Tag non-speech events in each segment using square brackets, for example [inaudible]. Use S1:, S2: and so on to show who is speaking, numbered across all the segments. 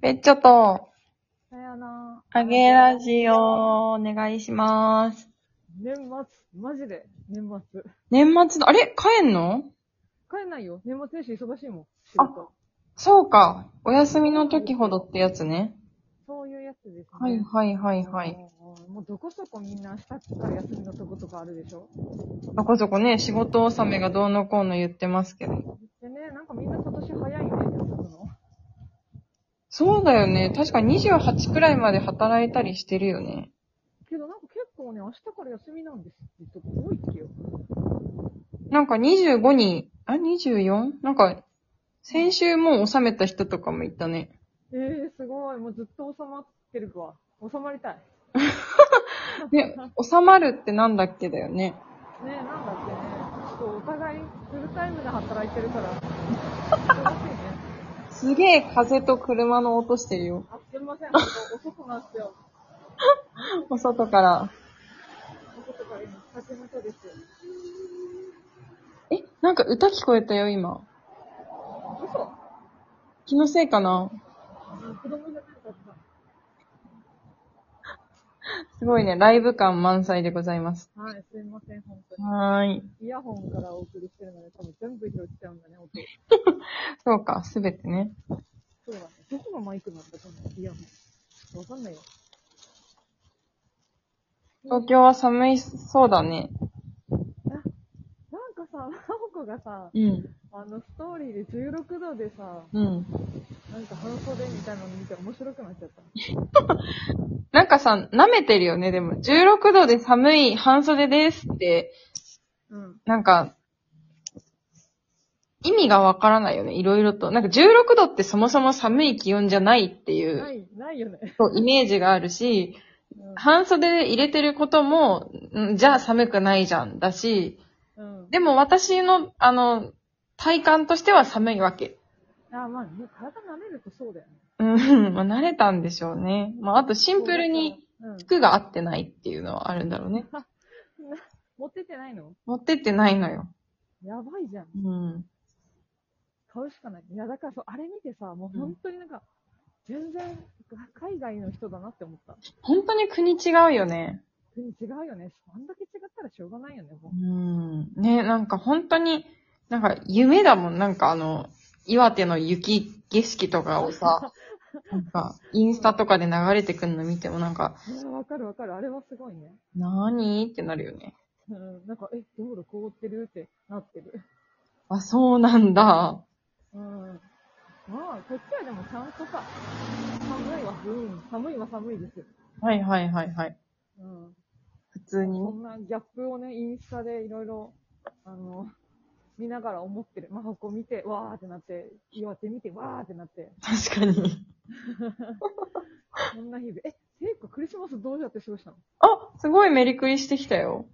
S1: ペッチョと、
S2: さよなら。
S1: あげラジオ、お願いします。
S2: 年末、マジで、年末。
S1: 年末の、あれ帰んの
S2: 帰んないよ。年末年始忙しいもん。仕
S1: あ
S2: 事。
S1: そうか。お休みの時ほどってやつね。
S2: そういうやつですね。
S1: はいはいはいはい。
S2: もう。もうどこそこみんな明日から休みのとことかあるでしょ
S1: そこそこね、仕事納めがどうのこうの言ってますけど。
S2: でね、なんかみんな今年早いね、休むの。
S1: そうだよね。確か28くらいまで働いたりしてるよね。
S2: けどなんか結構ね、明日から休みなんですってとこ多いっけよ。
S1: なんか25に、あ、24? なんか、先週もう納めた人とかもいたね。
S2: ええー、すごい。もうずっと収まってるわ。収まりたい。
S1: ね、収まるってなんだっけだよね。
S2: ねえ、なんだってね、ちょっとお互いフルタイムで働いてるから、忙しいね。
S1: すげえ風と車の音してるよ。
S2: あ、すみません、遅くなってよ。
S1: お外から。
S2: 遅くから今、酒の人です。
S1: え、なんか歌聞こえたよ、今。
S2: 嘘
S1: 気のせいかな
S2: 子供じゃなかっ
S1: すごいね、ライブ感満載でございます。
S2: た。はい、すみません、本当
S1: はーい。
S2: に。イヤホンからお送りしてるので、多分全部拾っちゃうんだね、音。
S1: そうか、すべてね。
S2: そうだね。どこがマイクなんだ、このイヤホン。わかんないよ。
S1: 東京は寒いそうだね。
S2: なんかさ、ナオコがさ、
S1: うん。
S2: あの、ストーリーで16度でさ、
S1: うん。
S2: なんか半袖みたいなの見て面白くなっちゃった。
S1: なんかさ、舐めてるよね、でも。16度で寒い半袖ですって、
S2: うん。
S1: なんか、意味がわからないよね、いろいろと。なんか16度ってそもそも寒い気温じゃないってい
S2: な
S1: う、
S2: い、ないよね。
S1: そうイメージがあるし、
S2: うん
S1: 半袖で入れてることも、んじゃあ寒くないじゃんだし、
S2: うん。
S1: でも私の、あの、体感としては寒いわけ。
S2: あ、まあ、ね、体舐めるとそうだよね。
S1: うん、ま [laughs] あ、慣れたんでしょうね。まあ、あとシンプルに
S2: うん。
S1: 服が合ってないっていうのはあるんだろうね。
S2: 持ってってないの
S1: 持ってってないのよ。
S2: やばいじゃん。
S1: うん。
S2: 買うしかない。いや、だからそう、あれ見てさ、もう本当になんか、全然、海外の人だなって思った。
S1: 本当に国違うよね。
S2: 国違うよね。あんだけ違ったらしょうがないよね、も
S1: うん。ね、なんか本当に、なんか夢だもん。なんかあの、岩手の雪景色とかをさ、なんか、インスタとかで流れてくるの見てもなんか、
S2: う。いやわかるわかる。あれはすごいね。
S1: なーにーってなるよね。
S2: うん。なんか、え、道路凍ってるってなってる。
S1: あ、そうなんだ。
S2: うん。まあ、こっちはでもちゃんとさ、寒いは、うん、寒いは寒いですよ。
S1: はいはいはいはい。
S2: うん。
S1: 普通に
S2: そ
S1: ね。
S2: んなギャップをね、インスタでいろいろ、あの、見ながら思ってる。まあ、ここ見て、わーってなって、岩手見て、わーってなって。
S1: 確かに。
S2: そんな日々。え、せいこクリスマスどうやって過ごしたの
S1: あ、すごいメリクリしてきたよ。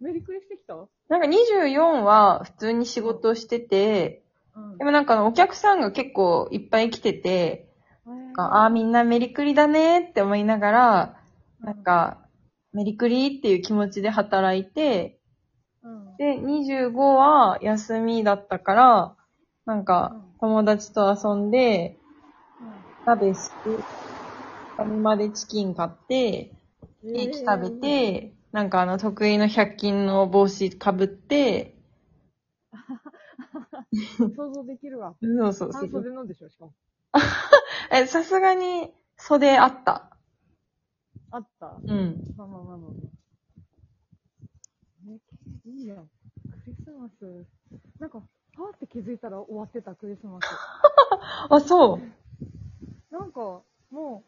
S2: メリクリしてきたう
S1: なんか24は普通に仕事をしてて、
S2: ん。
S1: でもなんかあのお客さんが結構いっぱい来てて、
S2: え
S1: なんかああー、みんなメリクリだねーって思いながら、なん、か、メリクリっていう気持ちで働いて、
S2: うん。
S1: で、25は休みだったから、なんか友達と遊んで、鍋して、紙までチキン買って、
S2: うん
S1: ケーキ食べ、て、なんかあの得意の100均の帽子かぶって、
S2: えー想像できるわ。
S1: そうそうそ
S2: 半
S1: う。
S2: 袖のでしょ、しかも。
S1: え、さすがに袖あった。
S2: あった。
S1: うん。
S2: まあまあまあまあ。ね、いいやん。クリスマス。なんか、パーって気づいたら終わってた、クリスマス。
S1: あ、そう。
S2: なんか、も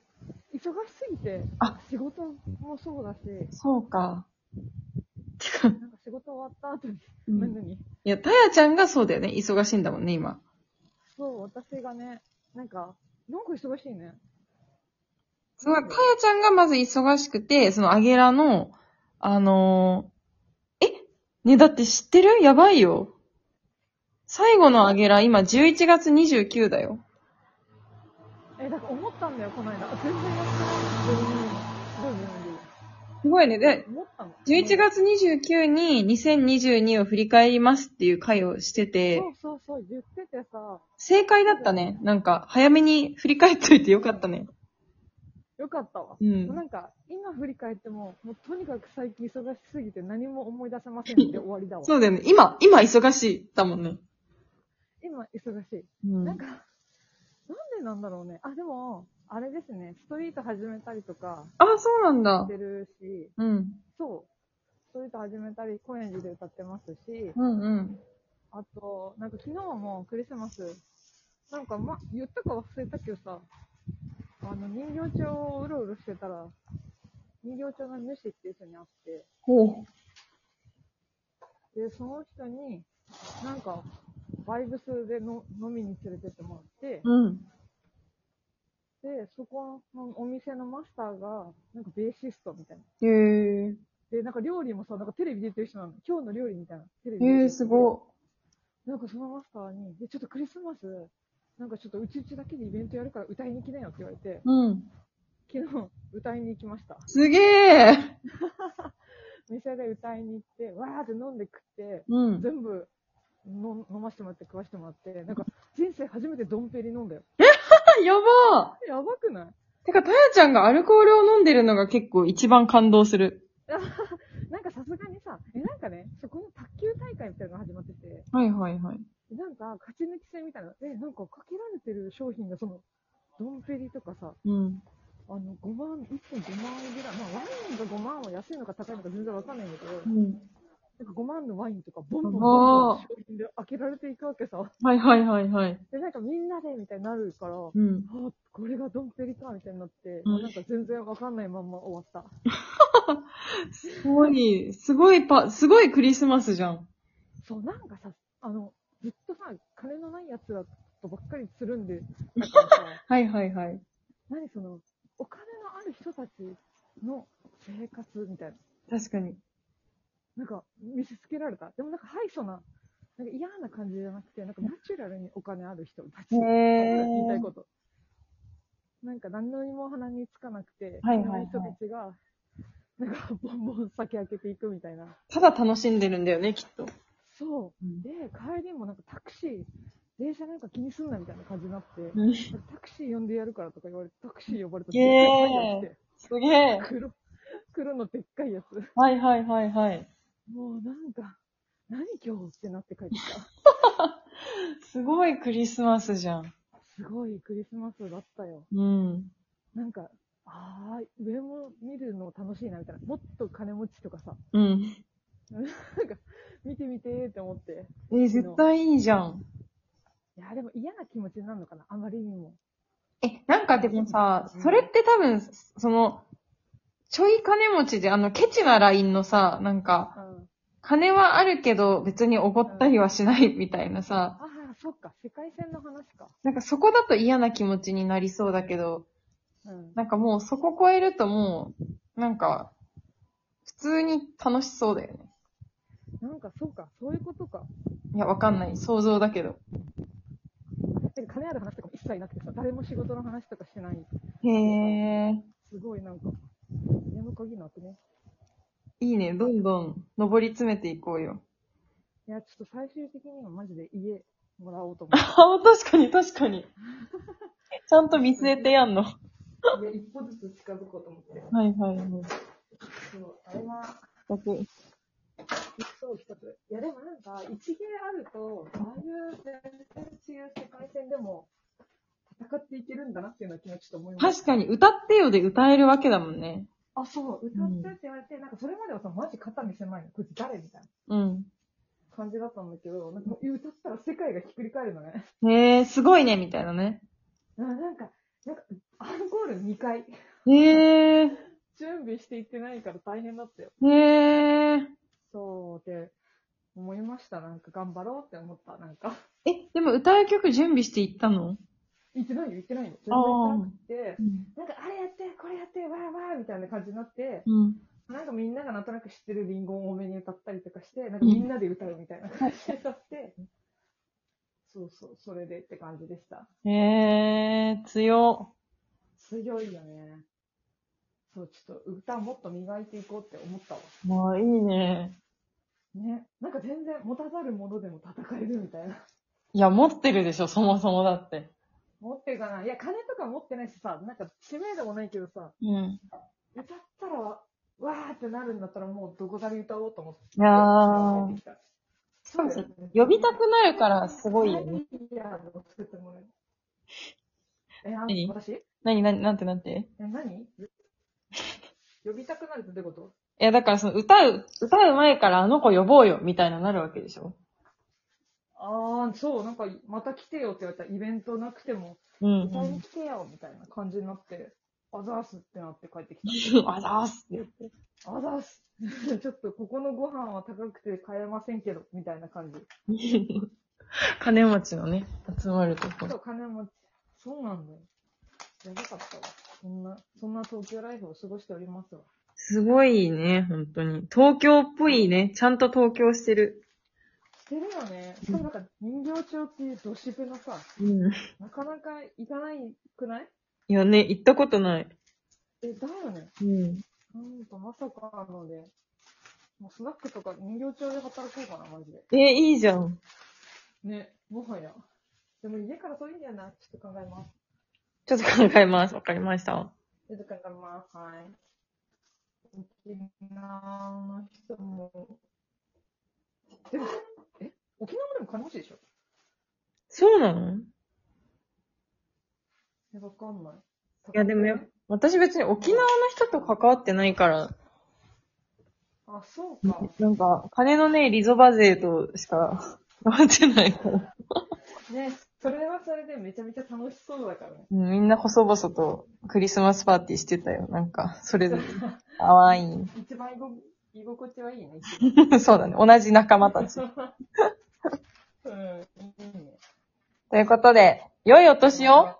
S2: う、忙しすぎて、
S1: あ
S2: 仕事もそうだし、
S1: [laughs] そうか。てか、
S2: なんか仕事終わった後に、
S1: うん
S2: 何々
S1: いや、たやちゃんがそうだよね。忙しいんだもんね、今。
S2: そう、私がね、なんか、なんか忙しいね。
S1: すごい、たやちゃんがまず忙しくて、そのアゲラの、あのーえね、だって知ってるやばいよ。最後のアゲラ、今11月29だよ。
S2: え、だから思ったんだよ、この間。全然やってない。どういう意味どういう意味
S1: すごいね。で、
S2: 思ったの。
S1: 11月29に2022を振り返りますっていう回をしてて
S2: そ、うそうそう、言っててさ、
S1: 正解だったね。なんか、早めに振り返っといてよかったね。
S2: よかったわ。
S1: うん
S2: もうなんか、今振り返っても、もうとにかく最近忙しすぎて何も思い出せませんって終わりだわ。
S1: そうだよね。今、今忙しいだもんね。
S2: 今忙しい。
S1: うん
S2: なんか、なんでなんだろうね。あ、でも、あれですね、ストリート始めたりとか
S1: あ、そうなんだ
S2: し。てるし、
S1: うん。
S2: そう、ストリート始めたり、高円寺で歌ってますし、
S1: うんうん。
S2: あと、なんか昨日もクリスマス、なんかま、言ったか忘れたけどさ、あの、人形町をうろうろしてたら、人形町の主っていう人に会って、
S1: ほ
S2: で、その人に、なんか、バイブスでの飲みに連れてってもらって、
S1: う。うん。
S2: で、そこのお店のマスターが、なんかベーシストみたいな。
S1: へえ。
S2: で、なんか料理もさ、なんかテレビ出てる人なの。今日の料理みたいな。テレビ出てる
S1: へえ、すご
S2: なんかそのマスターに、で、ちょっとクリスマス、なんかちょっとうちうちだけでイベントやるから歌いに来なよって言われて、
S1: い。うん。
S2: 昨日歌いに行きました。
S1: すげえ。
S2: 店で歌いに行って、わーって飲んで食って、
S1: うん。
S2: 全部の飲ませてもらって食わせてもらって、なんか人生初めてドンペリ飲んだよ。
S1: あ、やば
S2: やばくない
S1: ーてか、たやちゃんがアルコールを飲んでるのが結構一番感動する。
S2: なんかさすがにさ、え、なんかね、そこの卓球大会みたいなのが始まってて、
S1: はいはいはい。
S2: なんか勝ち抜き戦みたいな、え、なんかかけられてる商品がその、ドンペリとかさ、
S1: うん。
S2: あの、5万、1本5万円ぐらい、まあワインが5万は安いのか高いのか全然わかんないんだけど、
S1: うん、
S2: なんか5万のワインとかボンボンボンボン商品で開けられていくわけさ。
S1: はいはいはいはい。
S2: で、なんかみんなでみたいになるから、あ
S1: うん。
S2: これがドンペリかみたいになって、
S1: うん
S2: なんか全然わかんないまんま終わった。
S1: すごい、すごいパ、すごいクリスマスじゃん。
S2: そう、なんかさ、あの、ずっとさ、金のない奴らとばっかりつるんで、だからさ、 [laughs]
S1: はいはいはい。
S2: 何その、お金のある人たちの生活みたいな。
S1: 確かに。
S2: なんか、見せつけられた。でもなんか、ハイソな、なんか嫌な感じじゃなくて、なんかナチュラルにお金ある人たち。
S1: へー
S2: 言いたいこと。なんか、何のにも鼻につかなくて、
S1: はいはいはい
S2: その人たちが、なんか、ボンボン先開けていくみたいな。
S1: ただ楽しんでるんだよね、きっと。
S2: そうう。
S1: ん
S2: で、帰りもなんかタクシー、電車なんか気にすんなみたいな感じになって、
S1: うん
S2: タクシー呼んでやるからとか言われて、タクシー呼ばれた
S1: すげー
S2: でっ
S1: すげえ
S2: かいやつで黒、黒のでっかいやつ。
S1: はいはいはいはい。
S2: もうなんか、何今日ってなって帰ってきた。
S1: すごいクリスマスじゃん。
S2: すごいクリスマスだったよ。
S1: うん。
S2: なんか、ああ、上も見るの楽しいなみたいな。もっと金持ちとかさ、
S1: うん。
S2: 見て見てーって思って。
S1: えー、絶対いいじゃん。
S2: いや、でも嫌な気持ちになるのかな、あまりにも。
S1: え、なんかでもさ
S2: う、ん
S1: それって多分、その、ちょい金持ちで、あの、ケチなラインのさ、なんか、
S2: うん、
S1: 金はあるけど別におごったりはしないみたいな
S2: あ
S1: さ、
S2: あ、そっか、世界線の話か。
S1: なんかそこだと嫌な気持ちになりそうだけど、
S2: うん。
S1: なんかもうそこ超えるともう、なんか、普通に楽しそうだよね。
S2: なんか、そうか、そういうことか。
S1: いや、わかんない。想像だけど。
S2: なんか金ある話とかも一切なくてさ、誰も仕事の話とかしない。
S1: へえ。
S2: すごいなんか、眠鍵なってね。
S1: いいね。どんどん上り詰めていこうよ。
S2: いや、ちょっと最終的にはマジで家もらおうと思って。
S1: あ、確かに確か [laughs] に。ちゃんと見据えてやんの。はい
S2: や、一歩ずつ近づこうと思って。
S1: いはいはい。
S2: そう、あれは、そう一つ。いや、でもなんか、一芸あると、ああいう全然違う世界線でも、戦っていけるんだなっていうのは昨日ちょっと思いました。
S1: 確かに、歌ってよで歌えるわけだもんね。
S2: あ、そう、歌ってって言われて、なんかそれまではさ、マジ肩身狭いの、こいつ誰みたいな
S1: うん。
S2: 感じだったんだけど、なんかもう歌ったら世界がひっくり返るのね。
S1: へえ、すごいね、みたいなね。
S2: あなんか、なんか、アンコール2回。
S1: へえ、
S2: 準備していってないから大変だったよ。
S1: へえ。
S2: そう、で、思いました。なんか頑張ろうって思った。なんか。
S1: え、でも歌う曲準備していったの
S2: 言ってないよ、言ってないよ。全然
S1: あ
S2: 行
S1: ー
S2: ってなくて、なんかあれやって、これやって、わーわーみたいな感じになって、
S1: うん。
S2: なんかみんながなんとなく知ってるリンゴを多めに歌ったりとかして、なんかみんなで歌うみたいな感じになって、そうそう、それでって感じでした。
S1: へえ、強。
S2: 強いよね。そう、ちょっと歌もっと磨いていこうって思ったわ。
S1: まあ、いいね。
S2: ね。なんか全然持たざるものでも戦えるみたいな。
S1: いや、持ってるでしょ、そもそもだって。
S2: 持ってるかないや、金とか持ってないしさ、なんか知名度もないけどさ、
S1: うん。
S2: 歌ったら、わーってなるんだったらもうどこだけ歌おうと思って。
S1: いやー。
S2: そう
S1: です呼びたくなるからすごいよね。
S2: いやーを作ってもらえる。え、あ
S1: 何
S2: 私え、
S1: なになになんてなんてい
S2: 何呼びたくなるってどういうこと
S1: や、だからその歌う、歌う前からあの子呼ぼうよ、みたいななるわけでしょ
S2: ああ、そう、なんか、また来てよって言われたらイベントなくても、
S1: うんう
S2: 歌いに
S1: ん。
S2: 来てよみたいな感じになって、あざーすってなって帰ってきた。
S1: あざーすって言って。
S2: あざーす [laughs] ちょっとここのご飯は高くて買えませんけど、みたいな感じ。
S1: 金持ちのね、集まるとこ
S2: そう、
S1: ろ。
S2: 金持ち。そうなんだよ。やばかったわ。そんな、そんな東京ライフを過ごしておりますわ。
S1: すごいね、本当に。東京っぽいね。ちゃんと東京してる。
S2: してるよね。しかもなんか、人形町っていう都市部のさ、
S1: うん。
S2: なかなか行かないくない
S1: いやね、行ったことない。
S2: え、だよね。
S1: うん。
S2: なんかまさかので、もうスナックとか人形町で働こうかな、マジで。
S1: え、いいじゃん。
S2: ね、もはや。でも家から遠いんだよな。ちょっと考えます。
S1: ちょっと考えます。わかりました。
S2: ちょっと考えます。はい。沖縄の人も。でも、え沖縄もでも金持ちでしょ
S1: そうなの
S2: え、わかんない。
S1: いやでもやっ私別に沖縄の人と関わってないから、
S2: あ、そうか。
S1: なんか、金のね、リゾバ勢としか [laughs] 関わってないから。
S2: ね、それはそれでめちゃめちゃ楽しそうだからね。
S1: うんみんな細々とクリスマスパーティーしてたよ。なんか、それぞれ。淡
S2: 一番居心居心地はいいね。一番
S1: い。 [laughs] そうだね。同じ仲間たち。
S2: うん、いいね。
S1: ということで、良いお年を